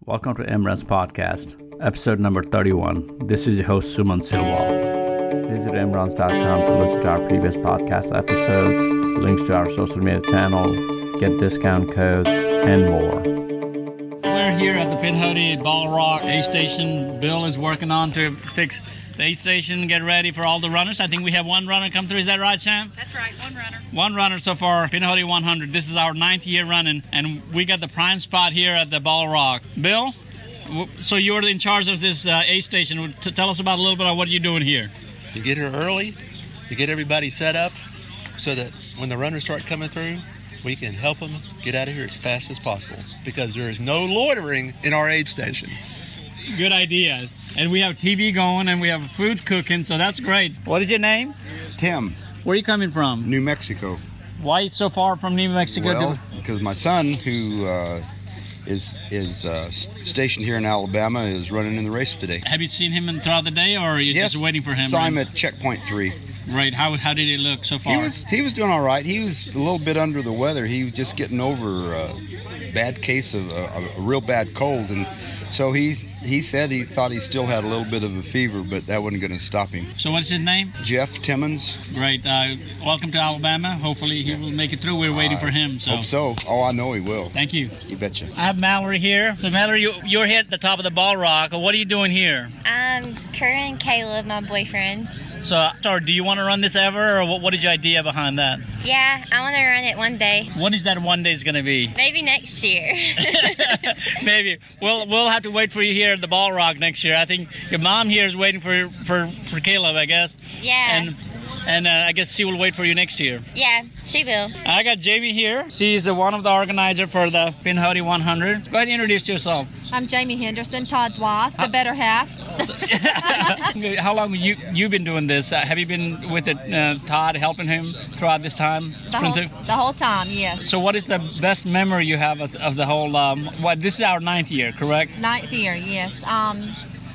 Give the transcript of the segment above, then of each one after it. Welcome to Emran's podcast, episode number 31. This is your host, Suman Silwal. Visit emrans.com to listen to our previous podcast episodes, links to our social media channel, get discount codes, and more. We're here at the Pin Hoodie Ball Rock A Station. Bill is working on to fix the A Station, get ready for all the runners. I think we have one runner come through. Is that right, Sam? That's right, one runner. One runner so far, Pin Hoodie 100. This is our ninth year running, and we got the prime spot here at the Ball Rock. Bill, w- so you're in charge of this uh, A Station. T- tell us about a little bit of what you're doing here. You get here early, you get everybody set up so that when the runners start coming through, we can help them get out of here as fast as possible because there is no loitering in our aid station. Good idea. And we have TV going, and we have food cooking, so that's great. What is your name? Tim, Where are you coming from? New Mexico. Why so far from New Mexico? to- Well, because my son, who uh, is is uh, s- stationed here in Alabama, is running in the race today. Have you seen him in- throughout the day, or are you just waiting for him? Saw right? him at checkpoint three. Right. How how did he look so He far? was he was doing all right. He was a little bit under the weather. He was just getting over a bad case of a, a real bad cold, and so he's he said he thought he still had a little bit of a fever, but that wasn't going to stop him. so what's his name? Jeff Timmons. Great. Uh, welcome to Alabama. Hopefully he will make it through. We're waiting I for him. So. Hope so. Oh, I know he will. Thank you. You betcha. I have Mallory here. So Mallory, you, you're here at the top of the ball rock. What are you doing here? I'm Curran Caleb, my boyfriend. So, sorry, do you want to run this ever, or what, what is your idea behind that? Yeah, I want to run it one day. What is that one day's gonna be? Maybe next year. Maybe we'll we'll have to wait for you here at the ball rock next year. I think your mom here is waiting for for for Caleb, I guess. yeah. And and uh, I guess she will wait for you next year. yeah, she will. I got Jamie here. She's the one of the organizer for the Pin Hoodie 100. Go ahead and introduce yourself. I'm Jamie Henderson, Todd's wife, the better half. How long you you been doing this? Uh, have you been with it, uh, Todd helping him throughout this time? The whole, the whole time, yeah. So what is the best memory you have of, of the whole? Um, what this is our ninth year, correct? Ninth year, yes. Um,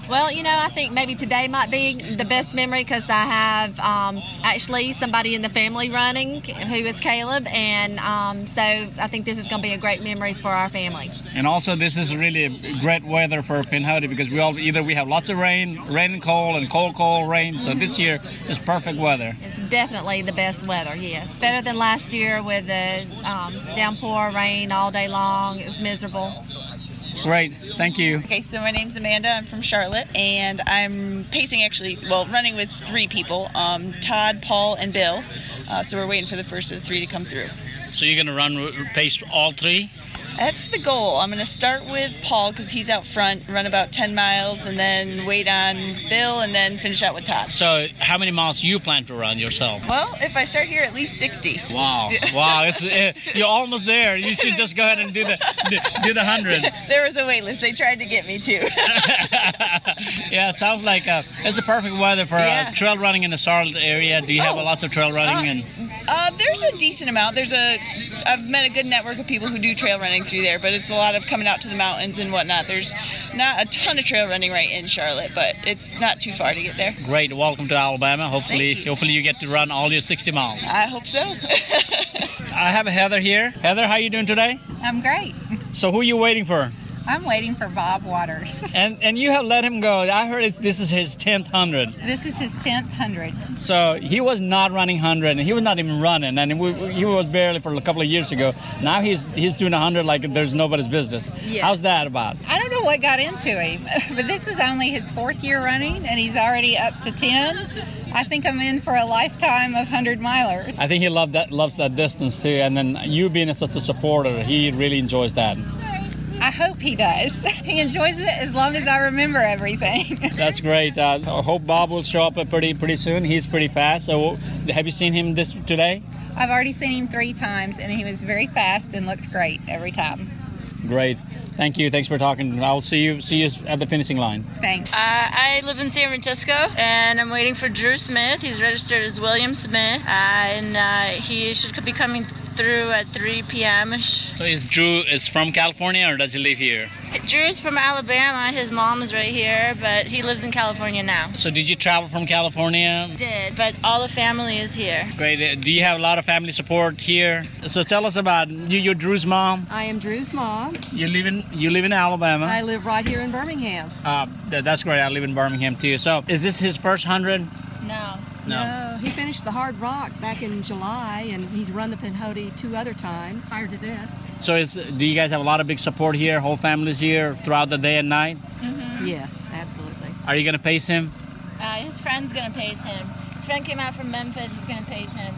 well, you know, I think maybe today might be the best memory because I have um, actually somebody in the family running who is Caleb, and um, so I think this is going to be a great memory for our family. And also, this is really great weather for Pinhoti because we all either we have lots of rain, rain and cold, and cold, cold rain. So this year is perfect weather. It's definitely the best weather, yes. Better than last year with the um, downpour, rain all day long. It was miserable. Great, thank you. Okay, so my name's Amanda. I'm from Charlotte, and I'm pacing actually, well, running with three people um, Todd, Paul, and Bill. Uh, so we're waiting for the first of the three to come through. So you're gonna run pace all three? That's the goal. I'm going to start with Paul because he's out front, run about 10 miles, and then wait on Bill, and then finish out with Todd. So how many miles you plan to run yourself? Well, if I start here, at least 60. Wow, wow! It's eh, you're almost there. You should just go ahead and do the do- do the hundred. There was a wait list. They tried to get me too. yeah, it sounds like uh, it's the perfect weather for Yeah. uh, trail running in the Charlotte area. Do you have Oh. lots of trail running? and Uh, there's a decent amount. There's a I've met a good network of people who do trail running through there, but it's a lot of coming out to the mountains and whatnot. There's not a ton of trail running right in Charlotte, but it's not too far to get there. great, welcome to Alabama. Hopefully, Thank you. hopefully you get to run all your 60 miles. I hope so. I have Heather here. Heather, how you doing today? I'm great. So who are you waiting for? I'm waiting for Bob Waters. And and you have let him go. I heard it's, this is his 10th hundred. This is his 10th hundred. So he was not running 100, and he was not even running, and we, we- he was barely for a couple of years ago. Now he's he's doing 100 like there's nobody's business. Yes. How's that about? I don't know what got into him, but this is only his fourth year running, and he's already up to 10. I think I'm in for a lifetime of 100 milers. I think he loved that loves that distance too, and then you being such a supporter, he really enjoys that. I hope he does. He enjoys it as long as I remember everything. That's great. Uh, I hope Bob will show up uh, pretty pretty soon. He's pretty fast. So have you seen him this today? I've already seen him three times, and he was very fast and looked great every time. Great. Thank you. Thanks for talking. I'll see you see you at the finishing line. Thanks. Uh, I live in San Francisco and I'm waiting for Drew Smith. He's registered as William Smith uh, and uh, he should be coming through at 3 p.m. ish. So is Drew is from California or does he live here? Drew's from Alabama. His mom is right here, but he lives in California now. So did you travel from California? Did, but all the family is here. Great. Uh, Do you have a lot of family support here? So tell us about you. You're Drew's mom. I am Drew's mom. You live in you live in Alabama. I live right here in Birmingham. Uh, th- that's great. I live in Birmingham too. So is this his first hundred? No. No, he finished the Hard Rock back in July, and he's run the Pinhoti two other times prior to this. So it's, do you guys have a lot of big support here? Whole families here throughout the day and night. Mm-hmm. Yes, absolutely. Are you gonna face him? Uh, his friend's gonna pace him. His friend came out from Memphis. He's gonna pace him.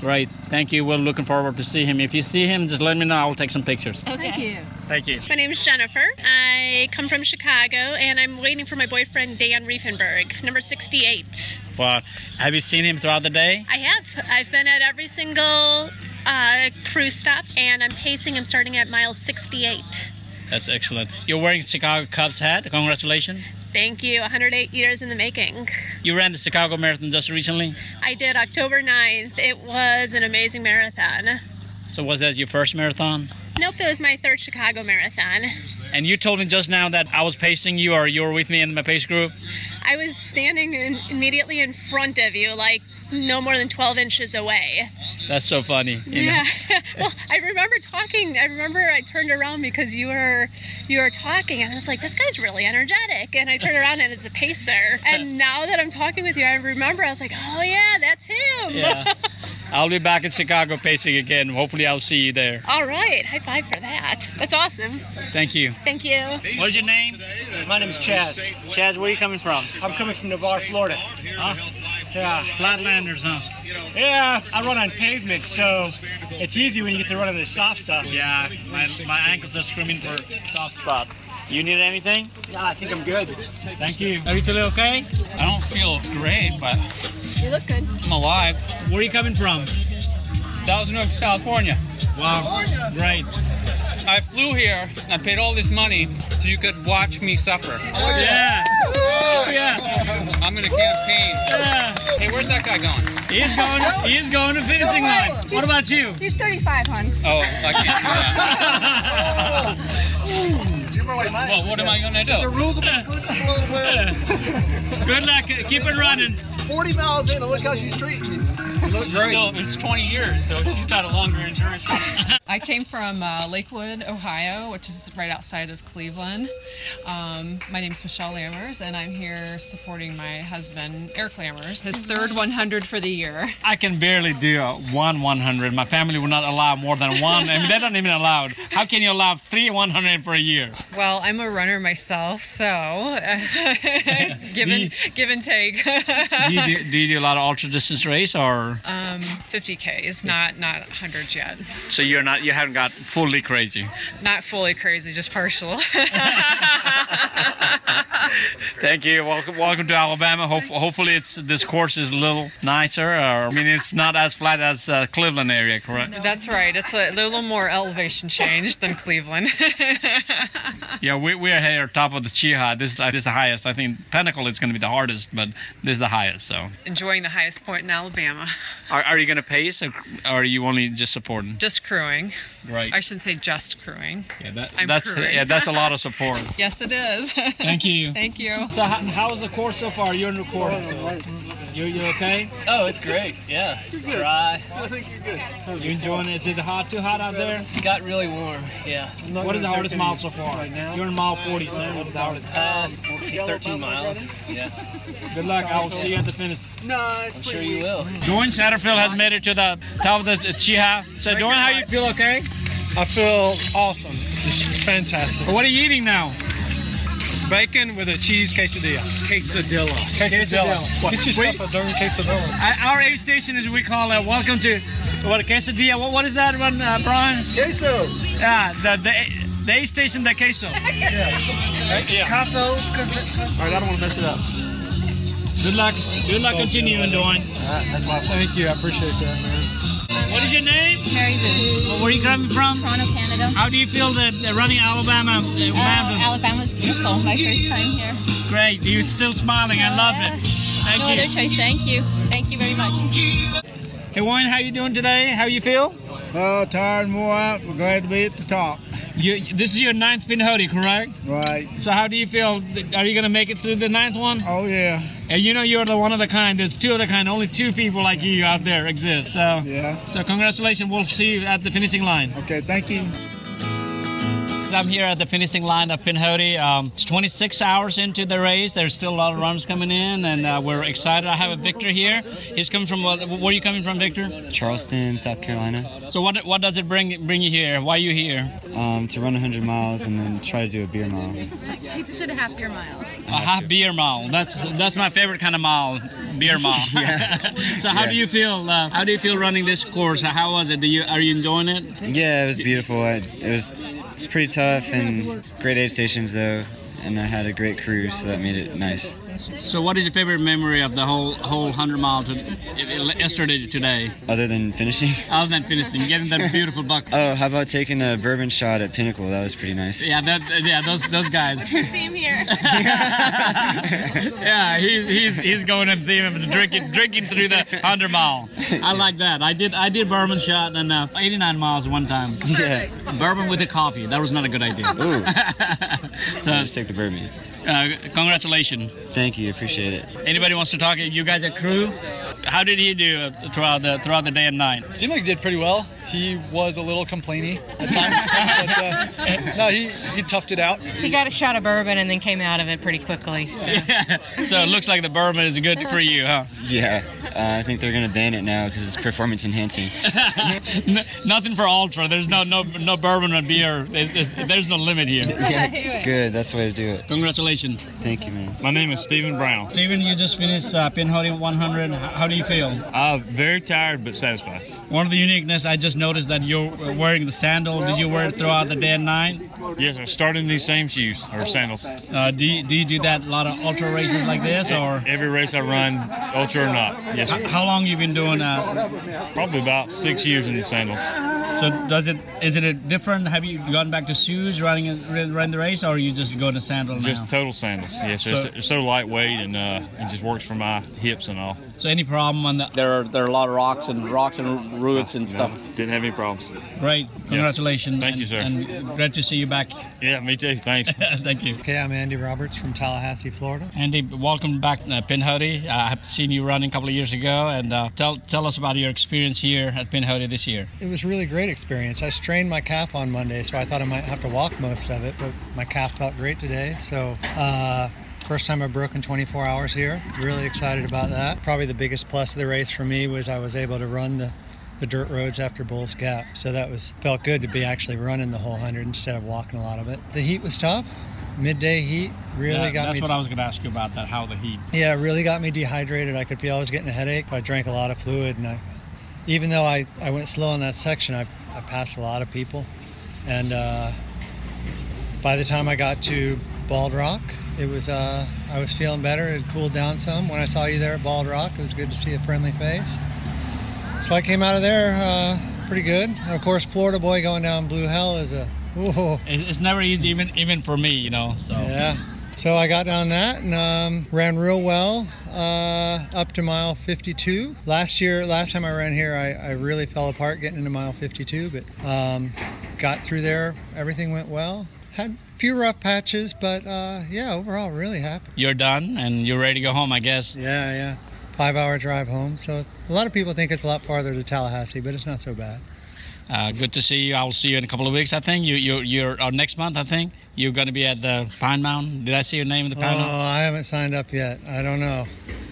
Great. Thank you. We're looking forward to see him. If you see him, just let me know. I will take some pictures. Thank you. Thank you. My name is Jennifer. I come from Chicago and I'm waiting for my boyfriend Dan Riefenberg, number 68. Well, have you seen him throughout the day? I have. I've been at every single uh, cruise stop and I'm pacing. I'm starting at mile 68. That's excellent. You're wearing Chicago Cubs hat. Congratulations. Thank you. 108 years in the making. You ran the Chicago Marathon just recently. I did October 9th. It was an amazing marathon. So was that your first marathon? Nope, it was my third Chicago marathon. And you told me just now that I was pacing you or you were with me in my pace group. I was standing in, immediately in front of you, like no more than 12 inches away. That's so funny. you know? Yeah. well, I remember talking. I remember I turned around because you were you were talking, and I was like, "This guy's really energetic." And I turned around, and it's a pacer. And now that I'm talking with you, I remember I was like, "Oh yeah, that's him." Yeah. I'll be back in Chicago pacing again. Hopefully I'll see you there. All right. High five for that. That's awesome. Thank you. Thank you. What's your name? My name's Chaz. Chaz, where are you coming from? I'm coming from Navarre, Florida. Yeah. Flatlanders, huh? Yeah, I run on pavement, so it's easy when you get to run on the soft stuff. Yeah, my, my ankles are screaming for soft spot. You need anything? Yeah, I think I'm good. Thank you. Are you feeling okay? I don't feel great, but You look good. I'm alive. Where are you coming from? Thousand Oaks, California. Wow. Great. I flew here. I paid all this money so you could watch me suffer. Yeah. Yeah. I'm gonna campaign. Yeah. Hey, where's that guy going? He's going he's going to finishing line. What about you? He's 35, hon. Oh, I can't do that. well, Oh. what am I gonna do? rules of Good luck. Keep it running. 40 miles in, and look how she's treating you. You look great. Still, it's 20 years, so she's got a longer endurance. I came from uh, Lakewood, Ohio, which is right outside of Cleveland. Um, my name's Michelle Lammers, and I'm here supporting my husband, Eric Lammers, his third 100 for the year. I can barely do a one 100. My family will not allow more than one. I mean, they're not even allowed. How can you allow three 100 for a year? Well, I'm a runner myself, so it's give and, give and take. Do you do, do, you do a lot of ultra distance race or? um, 50k is not not 100 yet. So you're not, you haven't got fully crazy. Not fully crazy, just partial. Thank you. Welcome, welcome to Alabama. Hope, hopefully, it's this course is a little nicer. Or, I mean, it's not as flat as uh, Cleveland area, correct? That's right. It's a little more elevation change than Cleveland. Yeah, we we are here top of the Chiha. This is- this is the highest. I think Pinnacle is going to be the hardest, but this is the highest. So, Enjoying the highest point in Alabama. are, are you going to pace, or, or are you only just supporting? Just crewing. Right. I shouldn't say just crewing. Yeah, that, I'm that's crewing. yeah, that's a lot of support. Yes, it is. Thank you. Thank you. So, how, how's the course so far? You're in the course. You you okay? Oh, it's great. Yeah, it's dry. I think you're good. You enjoying it? Is it hot? Too hot out there? It got really warm. Yeah. What is the hardest mile so far? You're in mile 40. So what is the hardest? Uh, 14, 13 miles. Yeah. Good luck. I will see you at the finish. No, it's I'm sure you will. Dwayne Satterfield has made it to the top of the Chiha. So, Dwayne, how you feel? Okay. I feel awesome. Just fantastic. What are you eating now? Bacon with a cheese quesadilla. Quesadilla. Quesadilla. Quesadilla. What? Get yourself Wait. a darn quesadilla. Uh, our aid station, as we call it, welcome to what quesadilla. What, what is that one, uh, Brian? Queso. Yeah, the the, the aid station, the queso. Yeah. Caso. All right, I don't want to mess it up. Good luck. Good luck continuing, Dwayne. Thank you. I appreciate that, man. What is your name? Mary Boo. Where are you coming from? Toronto, Canada. How do you feel that uh, running Alabama uh, Uh, marathon? Alabama's beautiful. Oh, My first time here. Great. You're still smiling. I love it. Thank no you. other choice. Thank you. Thank you very much. Hey, Wayne, how you doing today? How you feel? Oh, tired and wore out, but glad to be at the top. You, this is your ninth pin hoodie, correct? Right. So how do you feel? Are you gonna make it through the ninth one? Oh yeah. And you know you're the one of the kind. There's two of the kind. Only two people like you out there exist. So yeah. So congratulations. We'll see you at the finishing line. Okay. Thank you. I'm here at the finishing line of Pinhoti. Um, it's 26 hours into the race. There's still a lot of runs coming in, and uh, we're excited. I have a Victor here. He's coming from where are you coming from, Victor? Charleston, South Carolina, So what what does it bring bring you here? Why are you here? um, to run 100 miles and then try to do a beer mile. He just did a half beer mile. A half beer mile. That's that's my favorite kind of mile, beer mile. so how Yeah. do you feel? Uh, how do you feel running this course? How was it? Do you are you enjoying it? Yeah, it was beautiful. I, it was pretty tough and great aid stations though, and I had a great crew, so that made it nice. So what is your favorite memory of the whole whole 100 mile to yesterday to today? Other than finishing. Other than finishing, getting that beautiful buck. Oh, how about taking a bourbon shot at Pinnacle? That was pretty nice. Yeah, that, yeah, those those guys. Theme here. yeah, he's he's he's going up there and drinking drinking through the hundred mile. I like that. I did I did bourbon shot and uh, 89 miles one time. Yeah. Bourbon with a coffee. That was not a good idea. Ooh. So- Let's take the bourbon. Uh, congratulations. Thank you, appreciate it. Anybody wants to talk? You guys are crew. How did he do uh, throughout the throughout the day and night? Seemed like he did pretty well. He was a little complaining at times, but uh, no, he, he toughed it out. He got a shot of bourbon and then came out of it pretty quickly. So. So it looks like the bourbon is good for you, huh? Yeah, uh, I think they're gonna ban it now because it's performance enhancing. N- nothing for ultra. There's no no no bourbon or beer. There's- there's- there's no limit here. Yeah, good. That's the way to do it. Congratulations. Thank you, man. My name is Stephen Brown. Steven, you just finished uh, pinhooding 100. How, how do you feel? I'm Uh, very tired but satisfied. One of the uniqueness, I just noticed that you're wearing the sandal. Did you wear it throughout the day and night? Yes, I'm starting these same shoes or sandals. Uh, do, you, do you do that a lot of ultra races like this, or E-, every race I run, ultra or not? Yes. H- how long you been doing that? Probably about six years in the sandals. So does it is it a different? Have you gone back to shoes running running the race, or you just go to sandal now? Just total sandals. Yes, sir. So- It's- it's so lightweight and uh, it just works for my hips and all. So any problem on the? There are there are a lot of rocks and rocks and roots and No, didn't have any problems. Great, congratulations. Thank you, sir. And glad to see you back. Yeah, me too. Thanks. Thank you. Okay, I'm Andy Roberts from Tallahassee, Florida. Andy, welcome back, uh, Pinhoti. Uh, I've seen you running a couple of years ago, and uh, tell tell us about your experience here at Pinhoti this year. It was really great experience. I strained my calf on Monday, so I thought I might have to walk most of it, but my calf felt great today. So, uh, first time I've broken 24 hours here. Really excited about that. Probably the biggest plus of the race for me was I was able to run the the dirt roads after Bulls Gap. So that was felt good to be actually running the whole 100 instead of walking a lot of it. The heat was tough. Midday heat really Yeah, got that's me what I was going to ask you about that. How the heat. Yeah, it really got me dehydrated. I could be always getting a headache. I drank a lot of fluid, and I, even though I, I went slow in that section, I, I passed a lot of people. And uh, by the time I got to Bald Rock, it was uh, I was feeling better. It cooled down some. When I saw you there at Bald Rock, it was good to see a friendly face. So I came out of there uh, pretty good. And of course, Florida boy going down Blue Hell is a whoa. It- It's never easy, even even for me, you know. So Yeah. So I got down that and um, ran real well uh, up to mile 52. Last year, last time I ran here, I, I really fell apart getting into mile 52, but um, got through there. Everything went well. Had a few rough patches, but uh, yeah, overall, really happy. You're done, and you're ready to go home, I guess. Yeah, yeah. Five hour drive home. So a lot of people think it's a lot farther to Tallahassee, but it's not so bad. Uh, good to see you. I'll see you in a couple of weeks, I think. You, you, you're or next month, I think. You're going to be at the Pine Mountain. Did I see your name in the Oh, Pine Mountain? I haven't signed up yet. I don't know.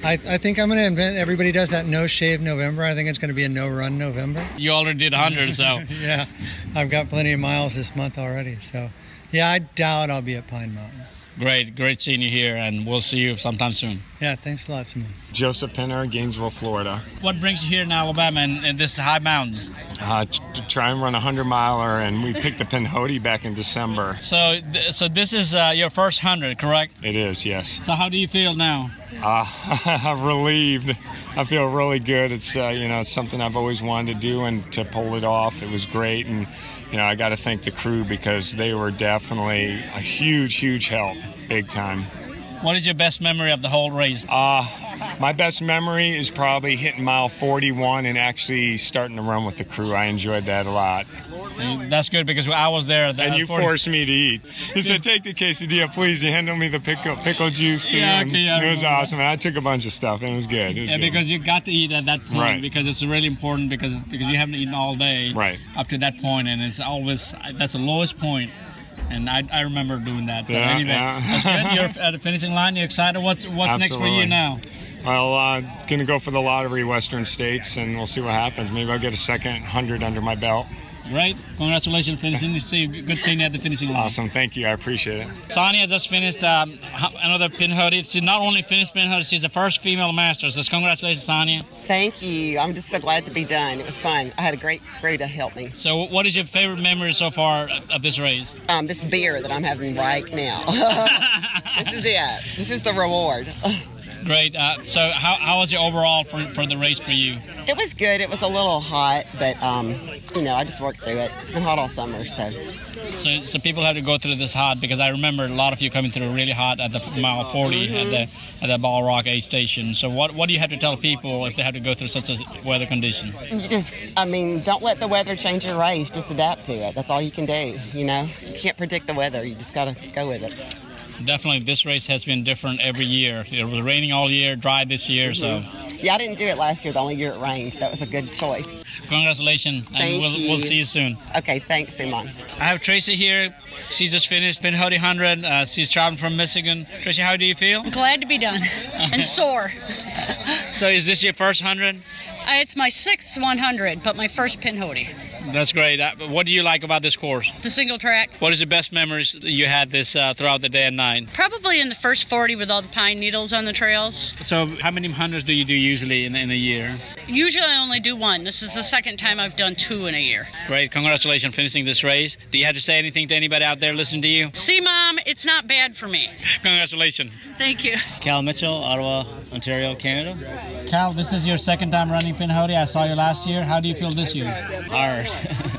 I, I think I'm going to invent everybody does that no shave November. I think it's going to be a no run November. You already did 100, so yeah, I've got plenty of miles this month already. So, yeah, I doubt I'll be at Pine Mountain. great, great seeing you here, and we'll see you sometime soon. Yeah, thanks a lot, Simone. Joseph Penner, Gainesville, Florida. What brings you here in Alabama and, and this high mountains? Uh, t- to try and run a 100 miler, and we picked the Pinhoti back in December. So, th- so this is uh, your first 100, correct? It is, yes. So, how do you feel now? Uh, I'm relieved. I feel really good. It's uh, you know it's something I've always wanted to do, and to pull it off, it was great. And you know I got to thank the crew because they were definitely a huge, huge help, big time. What is your best memory of the whole race? Uh, My best memory is probably hitting mile 41 and actually starting to run with the crew. I enjoyed that a lot. Mm, That's good because I was there. At the And you 40 forced me to eat. You said, "Take the quesadilla, please." You handed me the pickle pickle juice too. Yeah, and okay, yeah, I it was remember that. awesome. And I took a bunch of stuff, and it was good. It was Yeah, good. because you got to eat at that point Right. because it's really important because because you haven't eaten all day right. up to that point and it's always that's the lowest point and I, I remember doing that. But Yeah, anyway, yeah. that's good. You're at the finishing line. You're excited. What's what's next for you Absolutely. now? Well, uh, gonna go for the lottery, Western States, and we'll see what happens. Maybe I'll get a second hundred under my belt. Great. Congratulations, finishing. See, you- good seeing you at the finishing line. Awesome. Thank you. I appreciate it. Sonia just finished um, ho- another pin hoodie. She not only finished pin hoodie, she's the first female Masters. So congratulations, Sonia. Thank you. I'm just so glad to be done. It was fun. I had a great crew to help me. So, what is your favorite memory so far of- of this race? Um, this beer that I'm having right now. this is it. This is the reward. Great. Uh, so, how, how was your overall for, for the race for you? It was good. It was a little hot, but um, you know, I just worked through it. It's been hot all summer, so So, so people have to go through this hot because I remember a lot of you coming through really hot at the mile 40 Mhm. at the at the Ball Rock aid station. So, what what do you have to tell people if they have to go through such a weather condition? you just, I mean, don't let the weather change your race. Just adapt to it. That's all you can do. You know, you can't predict the weather. You just gotta go with it. Definitely, this race has been different every year. It was raining all year, dry this year. So, Yeah, I didn't do it last year. The only year it rained. That was a good choice. congratulations, and Thank we'll, we'll you. see you soon. Okay, thanks, Simon. I have Tracy here. She just finished Pin Hoodie 100. Uh, she's traveling from Michigan. Tracy, how do you feel? Glad to be done and sore. So, is this your first 100? Uh, It's my sixth 100, but my first pin hoodie. That's great. Uh, but what do you like about this course? The single track, What is the best memories that you had this uh, throughout the day and night? probably in the first 40 with all the pine needles on the trails. So, how many hundreds do you do usually in, in a year? Usually I only do one. This is the second time I've done two in a year. Great, congratulations on finishing this race. Do you have to say anything to anybody out there listening to you? See, Mom, it's not bad for me. Congratulations. Thank you. Cal Mitchell, Ottawa, Ontario, Canada. Cal, this is your second time running Pin Hoodie. I saw you last year. How do you feel this year? Hard.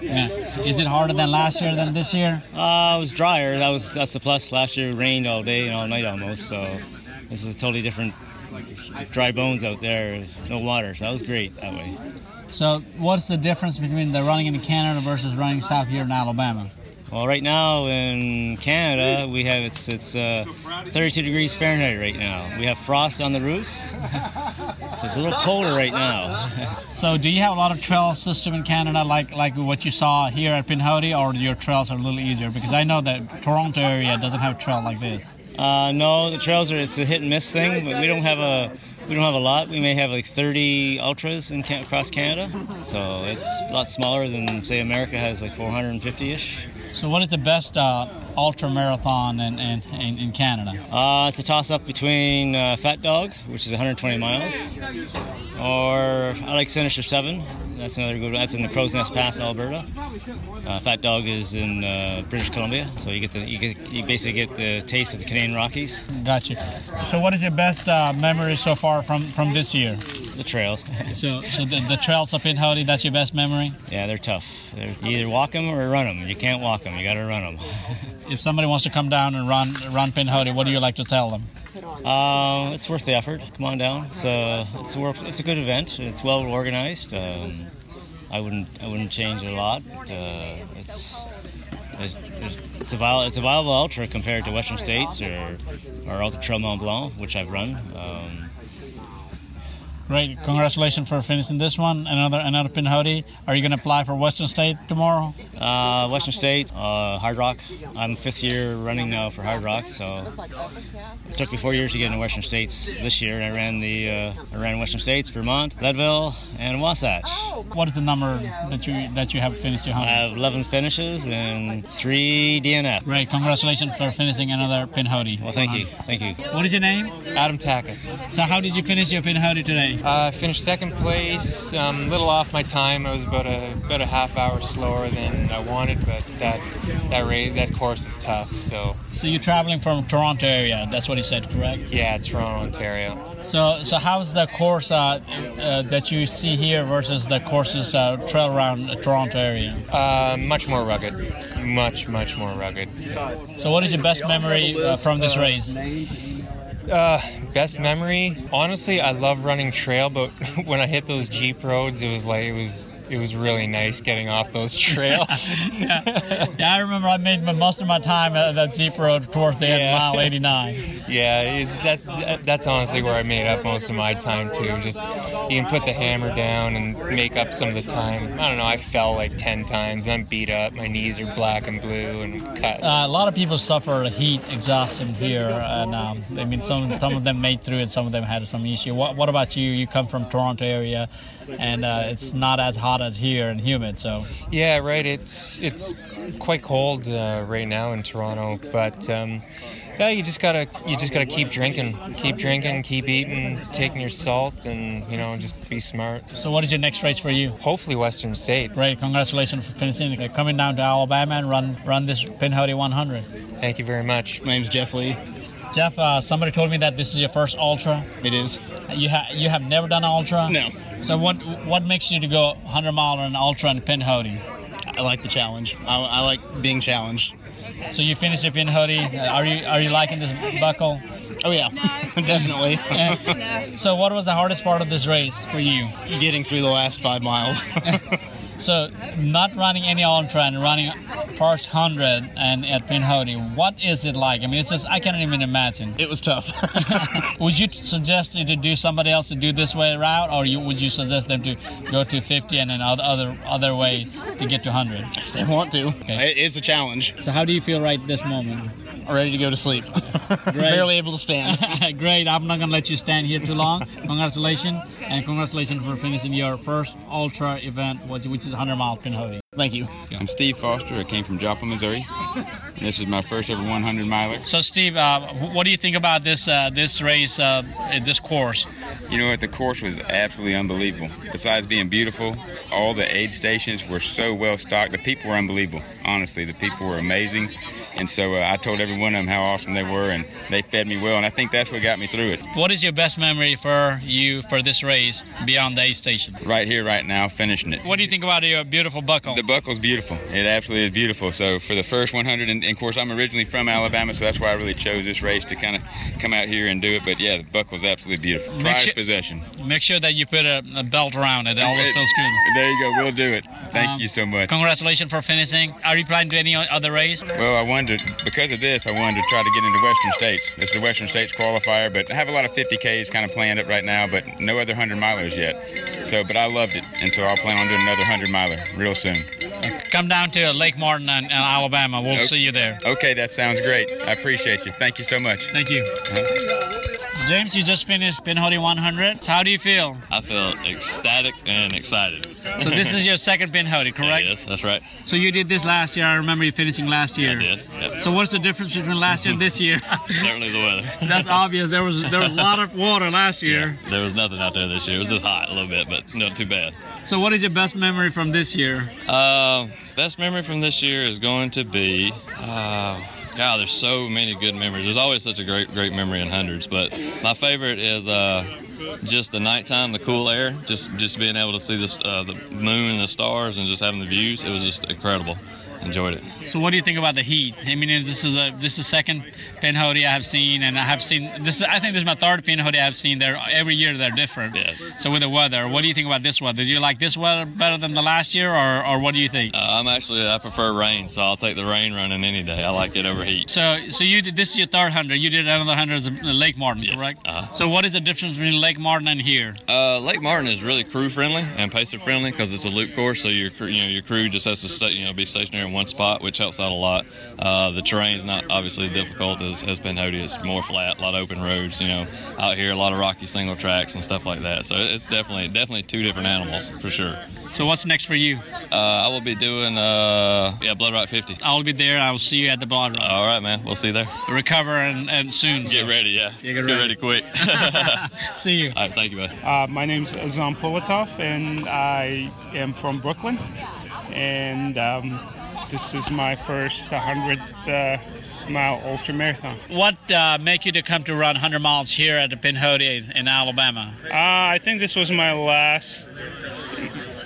yeah. Is it harder than last year than this year? Uh, it was drier. That was that's the plus. Last year it rained all day and all night almost. So this is totally different. Dry bones out there, no water. So that was great that way. So, what's the difference between the running in Canada versus running south here in Alabama? Well, right now in Canada we have it's it's uh, 32 degrees Fahrenheit right now. We have frost on the roofs, so it's a little colder right now. So, do you have a lot of trail system in Canada, like like what you saw here at Pin Hoodie, or your trails are a little easier? Because I know that Toronto area doesn't have a trail like this. Uh, no, the trails are it's a hit and miss thing. but We don't have a we don't have a lot. We may have like 30 ultras in can- across Canada, so it's a lot smaller than say America has like 450 ish. So, what is the best uh, ultra marathon in, in, in, in Canada? Uh, it's a toss up between uh, Fat Dog, which is 120 miles, or I like Sinister Seven. That's another good. That's in the Crow's Nest Pass, Alberta. Uh, Fat Dog is in uh, British Columbia, so you get the you get you basically get the taste of the Canadian Rockies. Gotcha. So, what is your best uh, memory so far from, from this year? The trails. So, so the, the trails up in Hoodie, that's your best memory? Yeah, they're tough. They're, you either walk them or run them. You can't walk them. You got to run If somebody wants to come down and run run Pin Hoodie, what do you like to tell them? them. Um, it's worth the effort. Come on down. It's a it's a, work, it's a good event. It's well organized. Um, I wouldn't I wouldn't change it a lot. Uh, it's it's, it's a viable, it's a viable ultra compared to Western States or or Ultra Trail Mont Blanc, which I've run. Um, Great, congratulations for finishing this one. Another another Pin Hoodie. Are you going to apply for Western State tomorrow? uh, Western States, uh, Hard Rock. I'm fifth year running now for Hard Rock, so It took me four years to get into Western States this year, and I ran the uh, I ran Western States, Vermont, Leadville, and Wasatch. What is the number that you that you have finished your I 100? have 11 finishes and Uh, three DNF. Great, congratulations for finishing another Pin Hoodie. Well, thank you, thank you. What is your name? Adam Takas. So how did you finish your Pin Hoodie today? Uh, I finished second place, um, a little off my time. I was about a about a half hour slower than I wanted, but that that ra that course is tough. So So you're traveling from Toronto area. That's what he said, correct? yeah, Toronto, Ontario. So so how's the course uh, uh, that you see here versus the courses uh, trail around the Toronto area? Uh, much more rugged, much much more rugged. So what is your best memory uh, from this race? Uh, best memory. Honestly, I love running trail, but when I hit those jeep roads, it was like it was it was really nice getting off those trails. yeah. yeah, I remember I made most of my time at that Jeep Road towards the end, Yeah. of mile 89. yeah, it's that that's honestly where I made up most of my time too. Just you can put the hammer down and make up some of the time. I don't know. I fell like ten times. I'm beat up. My knees are black and blue and cut. Uh, a lot of people suffer heat exhaustion here, and um, I mean, some some of them made through it, some of them had some issue. What, what about you? You come from Toronto area, and uh, it's not as hot as here and humid, so Yeah, right. It's it's quite cold uh, right now in Toronto, but um, yeah, you just gotta you just gotta keep drinking, keep drinking, keep eating, taking your salt, and you know just be smart. So what is your next race for you? Hopefully Western State. great. Congratulations for finishing uh, coming down to Alabama and run run this Pin Hoodie 100. Thank you very much. My name's Jeff Lee. Jeff, uh, somebody told me that this is your first ultra. It is. You ha- you have never done an ultra. No. So what what makes you to go 100 mile on an ultra and pin hoodie? I like the challenge. I, I like being challenged. So you finished your pin hoodie. Uh, Are you are you liking this buckle? Oh yeah, definitely. so what was the hardest part of this race for you? Getting through the last five miles. so not running any ultra and running first hundred and at pin hoodie. What is it like? I mean, it's just I can't even imagine. It was tough. would you suggest to do somebody else to do this way route, or you, would you suggest them to go to 50 and then other other other way to get to 100? If they want to. It is a challenge. So how do you feel right this moment? Ready to go to sleep. Barely able to stand. Great. I'm not going to let you stand here too long. Congratulations. And congratulations for finishing your first ultra event, which which is 100 mile pin hoodie. Thank you. I'm Steve Foster. I came from Joplin, Missouri. And this is my first ever 100 miler. So, Steve, uh, wh- what do you think about this uh, this race, uh, uh, this course? You know what? The course was absolutely unbelievable. Besides being beautiful, all the aid stations were so well stocked. The people were unbelievable. Honestly, the people were amazing. And so uh, I told every one of them how awesome they were, and they fed me well. And I think that's what got me through it. What is your best memory for you for this race beyond the aid station? Right here, right now, finishing it. What do you think about your beautiful buckle? The buckle's beautiful. It absolutely is beautiful. So for the first 100, and, and of course I'm originally from Alabama, so that's why I really chose this race to kind of come out here and do it. But yeah, the buckle's absolutely beautiful. Make Prized sure- possession. Make sure that you put a, a belt around it. It always feels good. There you go. We'll do it. Thank Um, you so much. Congratulations for finishing. Are you planning to do any other race? Well, I wanted to, because of this, I wanted to try to get into Western States. This is the Western States qualifier, but I have a lot of 50Ks kind of planned up right now, but no other 100 milers yet. So, but I loved it, and so I'll plan on doing another 100 miler real soon. Come down to Lake Martin and, and Alabama. We'll Nope. see you there. Okay, that sounds great. I appreciate you. Thank you so much. Uh-huh. Thank you. James, you just finished Pin Hoodie 100. How do you feel? I feel ecstatic and excited. So this is your second Pin Hoodie, correct? Yes, that's right. So you did this last year. I remember you finishing last year. did, yep. So what's the difference between last year and this year? Certainly the weather. That's obvious. There was there was a lot of water last year. There was nothing out there this year. It was just hot a little bit, but not too bad. So what is your best memory from this year? Uh, best memory from this year is going to be. Uh, God, there's so many good memories. There's always such a great, great memory in hundreds. But my favorite is uh, just the nighttime, the cool air, just just being able to see this, uh, the moon and the stars, and just having the views. It was just incredible. Enjoyed it. So what do you think about the heat? I mean, this is a this is the second pin hoodie I have seen, and I have seen this. Is, I think this is my third pin hoodie I've seen. There every year they're different. So with the weather, what do you think about this weather? Do you like this weather better than the last year, or, or what do you think? Uh, I'm actually I prefer rain, so I'll take the rain running any day. I like it over heat. So so you did this is your third hundred. You did another hundred as a- Lake Martin, correct? uh-huh. So what is the difference between Lake Martin and here? Uh, Lake Martin is really crew friendly and pacer friendly because it's a loop course, so your cr- you know your crew just has to stay, you know be stationary in one spot, which helps out a lot. Uh, the terrain's not obviously difficult as as Penhody. It's more flat, a lot of open roads. You know, out here a lot of rocky single tracks and stuff like that. So it's definitely definitely two different animals for sure. So what's next for you? Uh, I will be doing uh yeah Blood Rock 50. I'll be there. I'll see you at the Blood Rock. All right, man. We'll see you there. Recover and, and soon. Get ready, yeah. get ready. quick. see you. All right, thank you, bud. Uh, my name's Azam Politov, and I am from Brooklyn. And um, this is my first 100 uh, mile ultra marathon. What uh, make you to come to run 100 miles here at the Pin Hoodie in Alabama? Uh, I think this was my last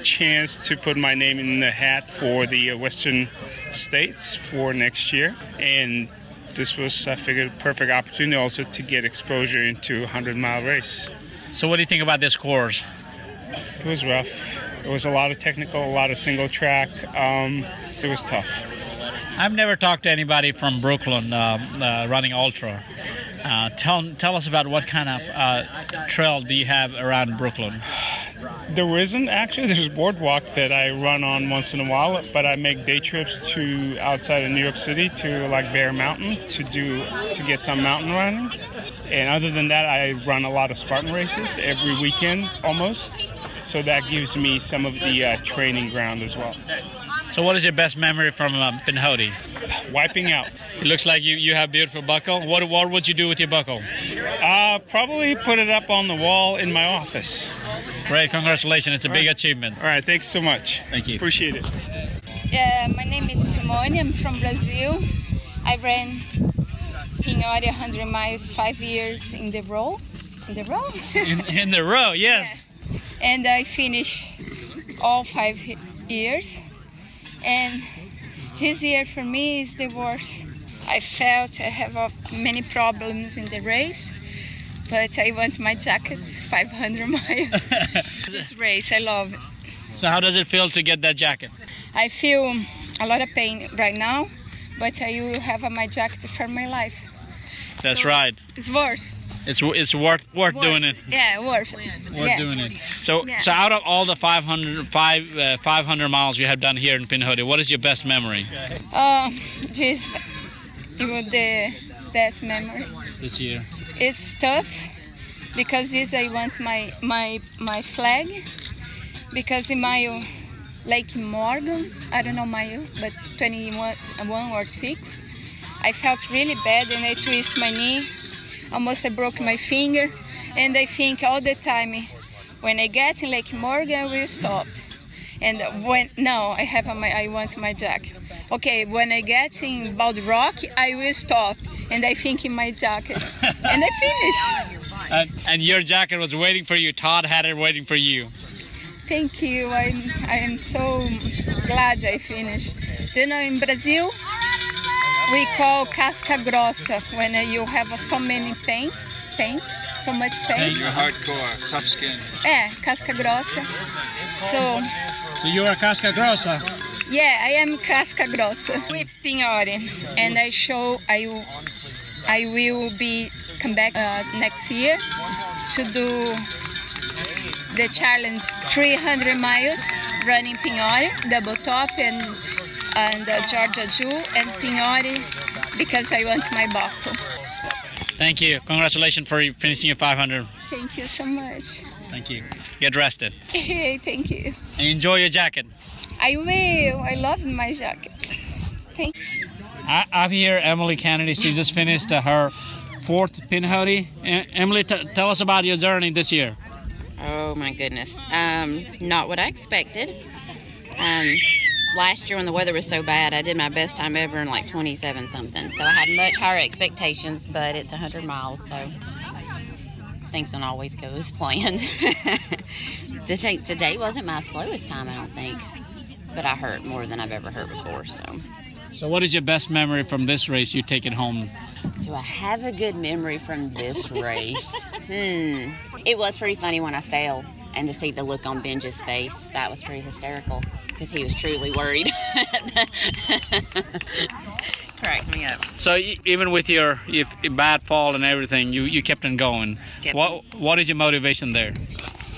chance to put my name in the hat for the uh, Western States for next year. And this was, I figured, a perfect opportunity also to get exposure into a 100 mile race. So, what do you think about this course? It was rough. It was a lot of technical, a lot of single track. Um, it was tough. I've never talked to anybody from Brooklyn uh, uh, running ultra. Uh, tell tell us about what kind of uh, trail do you have around Brooklyn? There isn't actually. There's a boardwalk that I run on once in a while, but I make day trips to outside of New York City to like Bear Mountain to do to get some mountain running. And other than that, I run a lot of Spartan races every weekend almost. So that gives me some of the uh, training ground as well. So, what is your best memory from uh, Pinhoti? Wiping out. It looks like you, you have beautiful buckle. What what would you do with your buckle? Uh, probably put it up on the wall in my office. Great, congratulations! It's a big achievement. All right, thanks so much. Thank you. Appreciate it. Uh, my name is Simone. I'm from Brazil. I ran Pinhoti 100 miles five years in the row. In the row? In, in the row, yes. and I finished all five he- years. And this year for me is the worst. I felt I have uh, many problems in the race, but I want my jacket 500 miles. this race, I love it. So, how does it feel to get that jacket? I feel a lot of pain right now, but I will have uh, my jacket for my life. That's right. It's worse. It's it's worth worth, doing it. Yeah, worth. Worth yeah. doing it. So Yeah. so out of all the 500 five, uh, 500 miles you have done here in Pinhoti, what is your best memory Uh, this it was the best memory. this year? It's tough because this I want my my my flag because in my Lake Morgan, I don't know my but 21 one or six, I felt really bad and I twist my knee, almost I broke my finger, and I think all the time when I get in Lake Morgan I will stop. And when no, I have my I want my jacket. Okay, when I get in Bald Rock, I will stop and I think in my jacket, and I finish. And, and your jacket was waiting for you. Todd had it waiting for you. Thank you. I'm I am so glad I finished. Do you know in Brazil we call casca grossa when you have so many pain, pain, so much pain. hardcore, tough skin. Yeah, casca grossa. So. So you are Casca Grossa. Yeah, I am Casca Grossa with Pinhori, and I show I will, I will be come back uh, next year to do the challenge 300 miles running Pinhori, double top and and uh, Georgia Jew and Pinhori because I want my buckle. Thank you. Congratulations for you finishing your 500. Thank you so much. Thank you. Get rested Thank you. and enjoy your jacket. I will. I love my jacket. Thank I, up here, Emily Kennedy. She just finished uh, her fourth Pinhoti. E- Emily, t- tell us about your journey this year. Oh my goodness. Um, not what I expected. Um, last year when the weather was so bad, I did my best time ever in like 27 something. So I had much higher expectations, but it's 100 miles, so things don't always go as planned. the thing- today wasn't my slowest time, I don't think, but I hurt more than I've ever hurt before. So So, what is your best memory from this race you take it home? do I have a good memory from this race? hmm. It was pretty funny when I fell and to see the look on Benja's face. That was pretty hysterical because he was truly worried. Cracked me up. So, e- even with your, your bad fall and everything, you, you kept on going. Kept- What What is your motivation there?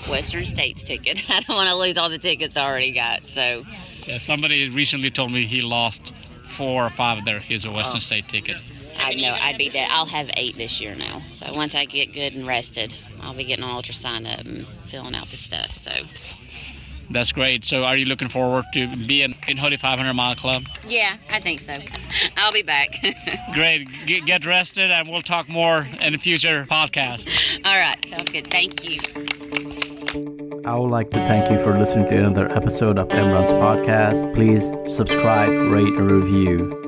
Western States ticket. I don't want to lose all the tickets I already got. So Yeah, somebody recently told me he lost four or five of their his Western Oh. State ticket. I know I'd be dead. I'll have eight this year now. So once I get good and rested, I'll be getting an ultrasound up and filling out the stuff. So That's great. So, are you looking forward to being in Hoodie 500 Mile Club? yeah, I think so. I'll be back. Great. G- get rested, and we'll talk more in the future podcast. all right, sounds good. Thank you. I would like to thank you for listening to another episode of Imran's podcast. Please subscribe, rate, and review.